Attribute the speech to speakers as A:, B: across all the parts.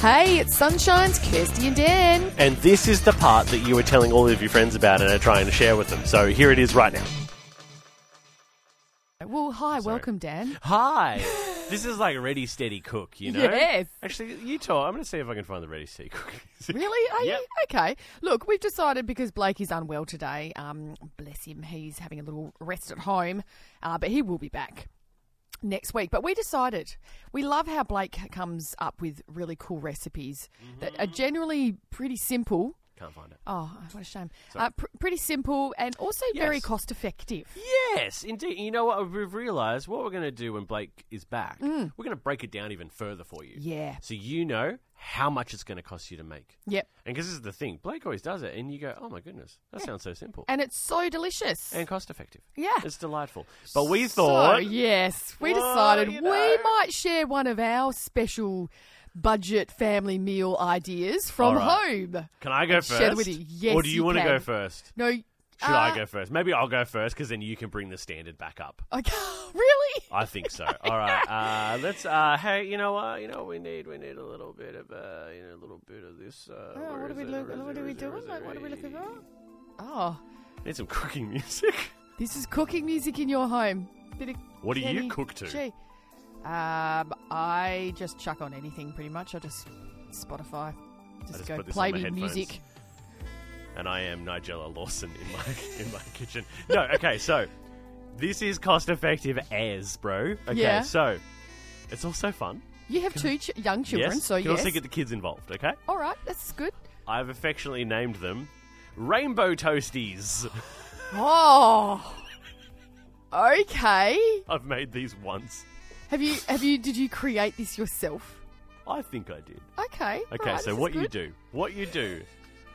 A: Hey, it's Sunshine's Kirsty and Dan.
B: And this is the part that you were telling all of your friends about and are trying to share with them. So here it is right now.
A: Well, hi, welcome, Dan.
B: Hi. this is like Ready Steady Cook, you know?
A: Yes.
B: Actually, you talk. I'm going to see if I can find the Ready Steady Cook.
A: Really? Are
B: Yep.
A: you? Okay. Look, we've decided because Blake is unwell today. Um, bless him, he's having a little rest at home, uh, but he will be back next week. But we decided we love how Blake comes up with really cool recipes that
B: Mm-hmm.
A: are generally pretty simple.
B: Can't find it.
A: Oh, what a shame! Uh, pr- pretty simple and also very
B: Yes.
A: cost effective.
B: Yes, indeed. You know what? We've realised what we're going to do when Blake is back. We're going to break it down even further for you.
A: Mm. Yeah.
B: So you know how much it's going to cost you to make.
A: Yep,
B: And because this is the thing, Blake always does it, and you go, oh my goodness, that sounds so simple.
A: and it's so delicious.
B: And cost effective.
A: Yeah.
B: It's delightful. But we thought.
A: So, yes, we
B: Well,
A: decided
B: you
A: we
B: know.
A: might share one of our special budget family meal ideas
B: All
A: from
B: right.
A: home.
B: Can I go
A: And
B: first?
A: share with you. Yes,
B: Or do you,
A: you
B: want to
A: can.
B: go first?
A: No,
B: Should
A: uh,
B: I go first? Maybe I'll go first because then you can bring the standard back up.
A: I can't- really?
B: I think so. All right. Uh, let's. Uh, hey, you know what? You know what we need we need a little bit of uh, you know a little bit of this. Uh,
A: Oh,
B: where
A: what are
B: is
A: we
B: it?
A: look,
B: Where is
A: What
B: it?
A: are
B: Where
A: we
B: is it? Where
A: doing?
B: is
A: What,
B: it?
A: what are we looking
B: Where is
A: for?
B: it?
A: Oh,
B: Need some cooking music.
A: this is cooking music in your home. Bit of
B: What do you
A: Kenny
B: cook to?
A: G. Um, I just chuck on anything pretty much. I just Spotify. Just,
B: just
A: go
B: put this
A: play
B: on my
A: me
B: headphones.
A: music.
B: and I am Nigella Lawson in my in my kitchen. No, okay, so this is cost effective as bro. Okay,
A: Yeah.
B: so it's also fun.
A: You have two ch- young children,
B: yes,
A: so
B: you can
A: yes.
B: also get the kids involved. Okay,
A: All right, that's good.
B: I've affectionately named them Rainbow Toasties.
A: Oh. Okay.
B: I've made these once.
A: Have you have you did you create this yourself?
B: I think I did.
A: Okay.
B: Okay,
A: right, this
B: so
A: is
B: what you
A: good.
B: do? What you do?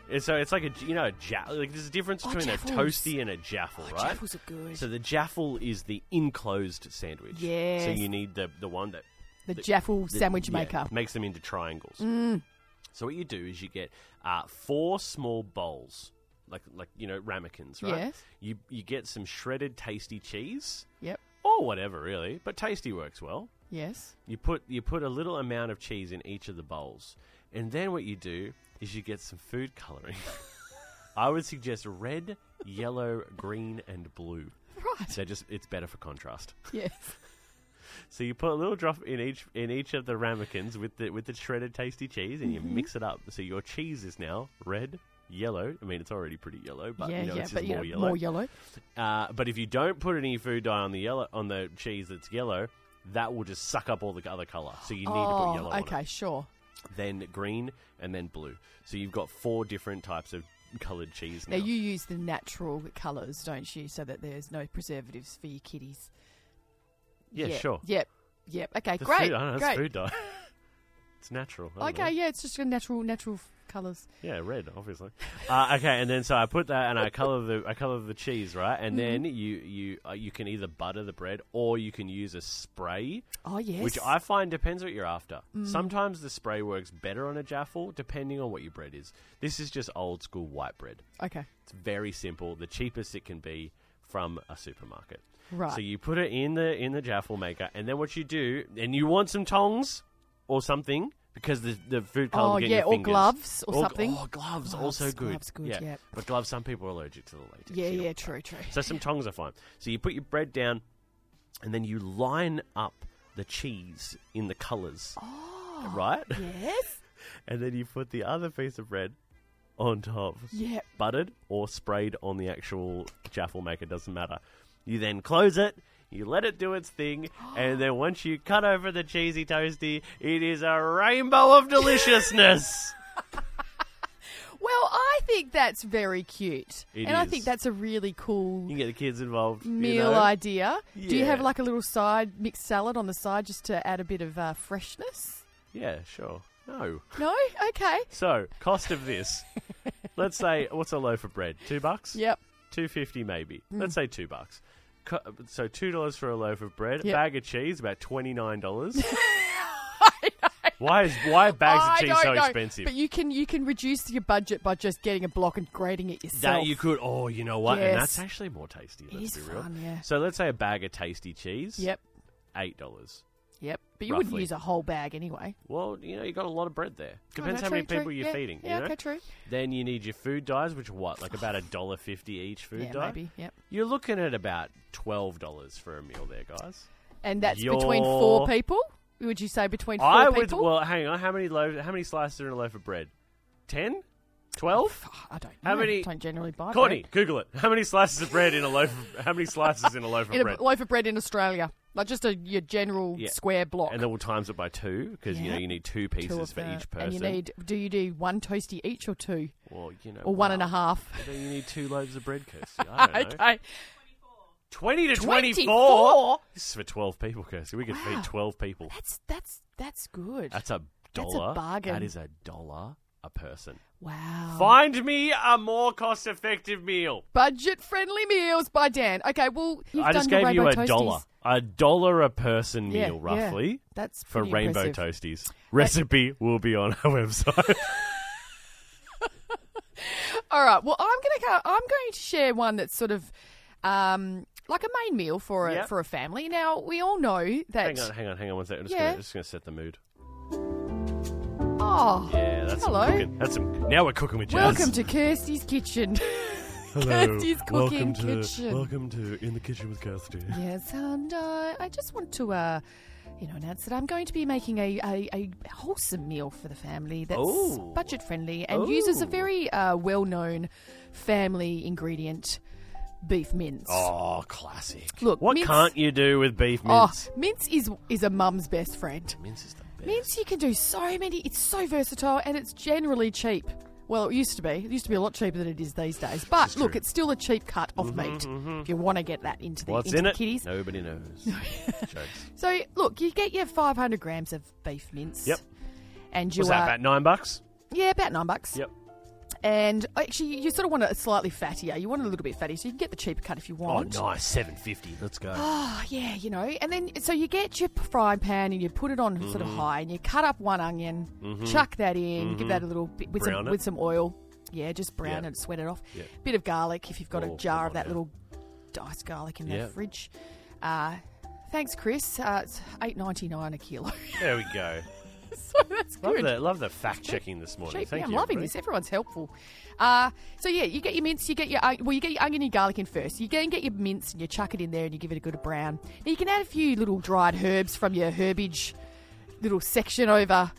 B: Is so it's like a you know a ja- like there's a difference
A: Oh,
B: between
A: jaffles.
B: a toasty and a jaffle,
A: Oh,
B: right?
A: Jaffles are good.
B: So the jaffle is the enclosed sandwich. So
A: Yes.
B: you need the the one that
A: the Jaffle
B: that-
A: sandwich
B: yeah,
A: maker. Mm.
B: makes them into triangles. So what you do is you get uh, four small bowls, like like you know ramekins, right?
A: Yes.
B: You you get some shredded tasty cheese
A: Yep.
B: or whatever really, but tasty works well.
A: Yes.
B: You put you put a little amount of cheese in each of the bowls, and then what you do is you get some food coloring. I would suggest red, yellow, green, and blue.
A: Right.
B: So just it's better for contrast.
A: Yes.
B: So you put a little drop in each in each of the ramekins with the with the shredded tasty cheese, and you
A: Mm-hmm.
B: mix it up. So your cheese is now red, yellow. I mean, it's already pretty yellow, but
A: yeah,
B: you know,
A: yeah,
B: it's just
A: but you
B: more
A: know,
B: yellow.
A: more yellow.
B: uh, but if you don't put any food dye on the yellow on the cheese that's yellow, that will just suck up all the other color. So you need to
A: oh,
B: put yellow
A: okay,
B: on
A: sure.
B: it, then green, and then blue. So you've got four different types of colored cheese now.
A: Now you use the natural colours, don't you, so that there's no preservatives for your kiddies.
B: yeah,
A: Yep,
B: sure.
A: Yep. Yep. Okay,
B: The
A: great.
B: Food, I don't know,
A: great.
B: It's food dye. it's natural. I don't know.
A: Okay, yeah, it's just natural natural colours.
B: Yeah, red, obviously. uh, okay, and then so I put that and I color the I color the cheese, right? And
A: Mm-hmm.
B: then you you uh, you can either butter the bread or you can use a spray,
A: Oh yes. Mm.
B: which I find depends what you're after. Sometimes the spray works better on a jaffle, depending on what your bread is. This is just old school white bread.
A: Okay.
B: It's very simple, the cheapest it can be from a supermarket.
A: Right.
B: So you put it in the in the jaffle maker, and then what you do, and you want some tongs or something because the the food color.
A: Oh,
B: will get in
A: yeah,
B: your
A: or
B: fingers.
A: gloves or something.
B: Oh, gloves,
A: Gloves,
B: also good.
A: gloves good, yeah.
B: but gloves. Some people are allergic to the latex.
A: Yeah,
B: you know.
A: yeah, true, true.
B: So some tongs are fine. So you put your bread down, and then you line up the cheese in the colours,
A: Oh,
B: right?
A: Yes.
B: And then you put the other piece of bread on top
A: Yeah.
B: buttered or sprayed on the actual jaffle maker, doesn't matter. You then close it, you let it do its thing, and then once you cut over the cheesy toasty, it is a rainbow of deliciousness.
A: Well, I think that's very cute,
B: It
A: and I
B: is.
A: think that's a really
B: you
A: cool
B: can get the kids involved. you
A: meal
B: know?
A: idea. Do you have
B: Yeah.
A: like a little side mixed salad on the side just to add a bit of uh, freshness?
B: Yeah, sure. No.
A: No. Okay.
B: So, cost of this. let's say what's a loaf of bread? Two bucks?
A: Yep.
B: Two fifty maybe.
A: Hmm.
B: Let's say two bucks. Co- So two dollars for a loaf of bread,
A: Yep.
B: bag of cheese about twenty nine dollars. Why is why are bags
A: Oh, I
B: of cheese
A: don't
B: so
A: know,
B: expensive?
A: But you can you can reduce your budget by just getting a block and grading it yourself.
B: That you could. Oh, you know what? And
A: Yes.
B: that's actually more tasty.
A: It
B: let's
A: is
B: be real.
A: fun, yeah.
B: So let's say a bag of tasty cheese.
A: Yep.
B: Eight dollars.
A: Yep. But you wouldn't
B: Roughly.
A: use a whole bag anyway.
B: Well, you know, you got a lot of bread there. Depends
A: no,
B: how many
A: Oh, true, true.
B: people you're
A: Yeah,
B: feeding.
A: yeah,
B: you know?
A: okay, true.
B: Then you need your food dyes, which are what, like about a dollar fifty each food
A: yeah,
B: dye.
A: maybe. Yep.
B: You're looking at about twelve dollars for a meal there, guys.
A: And that's between four
B: Your-
A: people. Would you say between four
B: I would.
A: people?
B: Well, hang on. How many loaves? How many slices are in a loaf of bread? Ten? Twelve?
A: I don't.
B: How
A: know.
B: many-
A: Don't generally buy.
B: Courtney, Google it. How many slices of bread in a loaf? Of, how many slices in a loaf
A: bread.
B: of
A: in a
B: bread?
A: loaf of bread in Australia, like just a your general
B: Yeah.
A: square block.
B: And then we'll times it by two because you know
A: Yeah.
B: you need two
A: Two
B: pieces
A: of
B: for
A: the-
B: each person.
A: And you need. Do you do one toasty each or two
B: well, you know,
A: or one and a
B: wow.
A: half?
B: Then you need two loaves of bread, Kirsty. I don't know.
A: okay.
B: Twenty to twenty-four.
A: 24?
B: This is for twelve people, Kirsty. We could
A: Wow.
B: feed twelve people.
A: That's that's that's good.
B: That's a
A: That's a
B: dollar.
A: bargain. Oh.
B: That is a dollar a person.
A: wow.
B: Find me a more cost-effective meal.
A: Budget friendly meals by Dan. Okay, well you've
B: I
A: done
B: just
A: your
B: gave you
A: Rainbow
B: a
A: Toasties.
B: dollar, a dollar a person
A: Yeah,
B: meal,
A: yeah.
B: roughly,
A: That's
B: for
A: pretty
B: rainbow
A: impressive.
B: toasties. Recipe will be on our website.
A: All right. Well, I'm gonna go, I'm going to share one that's sort of um, like a main meal for a
B: Yep.
A: for a family. Now we all know that.
B: hang on, hang on, hang on one second. I'm just
A: Yeah.
B: gonna just gonna set the mood.
A: Oh,
B: Yeah, that's some
A: Hello.
B: cooking. That's some. Now we're cooking with jazz.
A: welcome to Kirsty's kitchen.
B: Hello.
A: Kirsty's cooking
B: welcome to,
A: kitchen.
B: Welcome to in the kitchen with Kirsty.
A: Yes, and uh, I just want to. Uh, you know, announce that I'm going to be making a, a, a wholesome meal for the family that's
B: Oh.
A: budget friendly and uses a
B: Oh.
A: very uh, well known family ingredient, beef mince.
B: Oh, classic.
A: Look,
B: what
A: mince-
B: can't you do with beef
A: Oh,
B: mince?
A: mince is is a mum's best friend.
B: Mince is the best.
A: Mince, you can do so many. It's so versatile and it's generally cheap. Well, it used to be. It used to be a lot cheaper than it is these days. But look,
B: true. Mm-hmm,
A: it's still a cheap cut of meat if you want to get that into the,
B: What's
A: into
B: in
A: the
B: it?
A: kiddies.
B: Nobody knows. Jokes.
A: So look, you get your 500 grams of beef mince.
B: Yep.
A: And you
B: Was that
A: are
B: about nine bucks?
A: yeah about nine bucks.
B: Yep.
A: And actually, you sort of want it slightly fattier. You want it a little bit fatty, so you can get the cheaper cut if you
B: Oh,
A: want.
B: nice. Seven fifty. Let's go.
A: Oh, yeah, you know. And then, so you get your frying pan and you put it on sort
B: Mm-hmm.
A: of high and you cut up one onion, chuck that in, give that a little bit with, some,
B: Mm-hmm. Brown it.
A: with some oil. Yeah, just brown
B: Yeah.
A: it, sweat it off.
B: Yeah.
A: Bit of garlic if you've got
B: Oh,
A: a jar
B: come
A: of
B: on
A: that
B: now.
A: little diced garlic in
B: Yeah.
A: the fridge. Uh, thanks, Chris. Uh, it's eight ninety nine a kilo.
B: There we go.
A: so that's
B: Love
A: good.
B: the love the fact checking this morning.
A: Cheap.
B: Thank
A: Yeah, I'm
B: you.
A: loving
B: everybody.
A: this. Everyone's helpful. Uh, so yeah, you get your mince, you get your on- well, you get your onion and garlic in first. You go and get your mince and you chuck it in there and you give it a good brown. Now you can add a few little dried herbs from your herbage little section over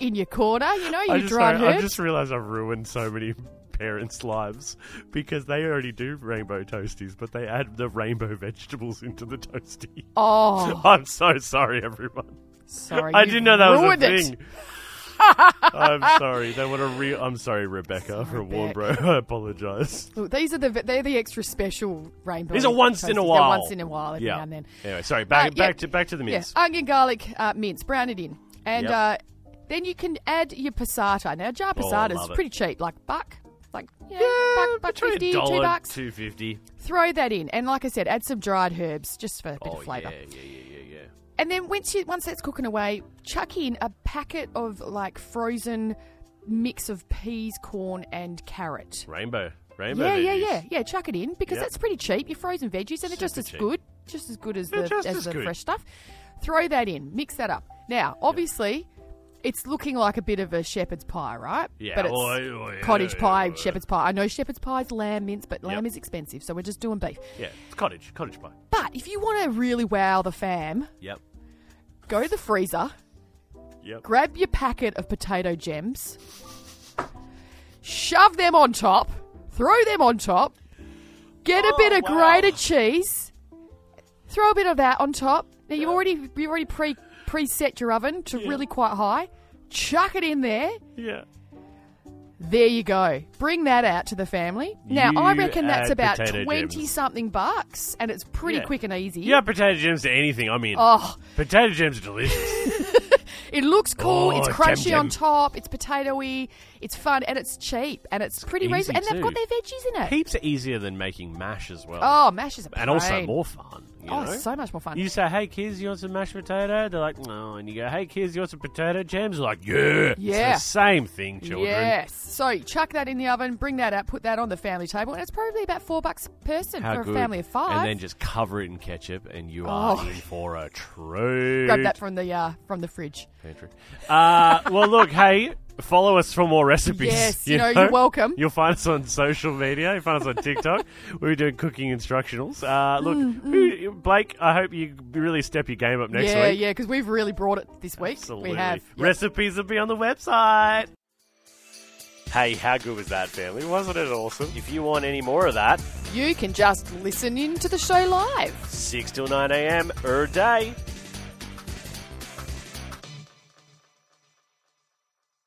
A: in your corner. You know,
B: I
A: your
B: just,
A: dried
B: sorry, I
A: herbs.
B: just realised I've ruined so many parents' lives because they already do rainbow toasties, but they add the rainbow vegetables into the toasty.
A: Oh,
B: I'm so sorry, everyone.
A: sorry,
B: I
A: you've
B: didn't know that was
A: ruined
B: a
A: it.
B: thing. I'm sorry. They want a real. I'm sorry, Rebecca, for Warren Bro. I apologise.
A: Look, these are the they're the extra special rainbow.
B: These are once in a
A: toasties. They're
B: while.
A: Once in a while, every
B: Yeah.
A: now and then.
B: Anyway, sorry. Back
A: Uh, yeah.
B: back to back to the mince.
A: Yeah, onion, garlic, uh, mince, brown it in, and
B: Yep.
A: uh, then you can add your passata. Now, jar
B: Oh,
A: passata
B: love
A: is
B: it.
A: pretty cheap, like buck, like yeah, buck, buck
B: between
A: fifty,
B: a
A: two
B: dollar,
A: bucks.
B: two fifty.
A: Throw that in, and like I said, add some dried herbs just for a bit
B: Oh
A: of flavour.
B: yeah, yeah, yeah, yeah, yeah.
A: And then once you, once that's cooking away, chuck in a packet of like frozen mix of peas, corn, and carrot.
B: Rainbow, rainbow.
A: Yeah, yeah,
B: veggies.
A: yeah, yeah. Chuck it in because
B: Yep.
A: that's pretty cheap. Your frozen veggies, and they're just
B: Super
A: as
B: cheap.
A: good, just as good as
B: They're
A: the
B: just
A: as
B: as
A: the
B: good.
A: fresh stuff. Throw that in, mix that up. Now, obviously, it's looking like a bit of a shepherd's pie, right?
B: Yeah,
A: but it's
B: well, yeah, well, yeah,
A: cottage
B: yeah,
A: pie,
B: yeah, well,
A: shepherd's pie. I know shepherd's pie's lamb mince, but lamb
B: Yep.
A: is expensive, so we're just doing beef.
B: Yeah, it's cottage, cottage pie.
A: But if you want to really wow the fam,
B: Yep,
A: go to the freezer,
B: yep.
A: grab your packet of potato gems, shove them on top, throw them on top, get a
B: Oh,
A: bit of
B: wow.
A: grated cheese, throw a bit of that on top. Now you've already you've already pre preset your oven to really quite high. Chuck it in there.
B: Yeah.
A: There you go. Bring that out to the family. Now I
B: You
A: reckon that's
B: add
A: about
B: potato
A: twenty
B: gems.
A: something bucks, and it's pretty
B: Yeah.
A: quick and easy.
B: Yeah, potato gems to anything. I'm in.
A: Oh,
B: Potato gems are delicious.
A: It looks cool.
B: Oh,
A: it's crunchy
B: gem,
A: on
B: gem.
A: top. It's potatoey. It's fun and it's cheap and it's pretty
B: easy
A: reasonable. And they've got
B: too.
A: their veggies in it.
B: Heaps are easier than making mash as well,
A: Oh, mash is a
B: and also
A: pain.
B: more fun. You You
A: oh,
B: know?
A: so much more fun.
B: You say, "Hey kids, you want some mashed potato?" They're like, "No," and you go, "Hey kids, you want some potato jams?" They're like, "Yeah,
A: Yeah.
B: It's the same thing, children."
A: Yes. So chuck that in the oven, bring that out, put that on the family table, and it's probably about four bucks a person
B: How
A: for
B: good.
A: a family of five.
B: and then just cover it in ketchup, and you are
A: Oh.
B: in for a treat.
A: grab that from the uh, from the fridge.
B: pantry. Uh, well, look, hey, follow us for more recipes.
A: Yes, you know, you're welcome.
B: You'll find us on social media. You'll find us on TikTok. We're doing cooking instructionals. Uh, look,
A: Mm,
B: who- Blake, I hope you really step your game up next
A: yeah,
B: week.
A: yeah, because we've really brought it this week.
B: Absolutely.
A: We have. Yep.
B: Recipes will be on the website. Hey, how good was that, family? Wasn't it awesome? If you want any more of that,
A: You can just listen in to the show live.
B: 6 till 9 a.m. er day.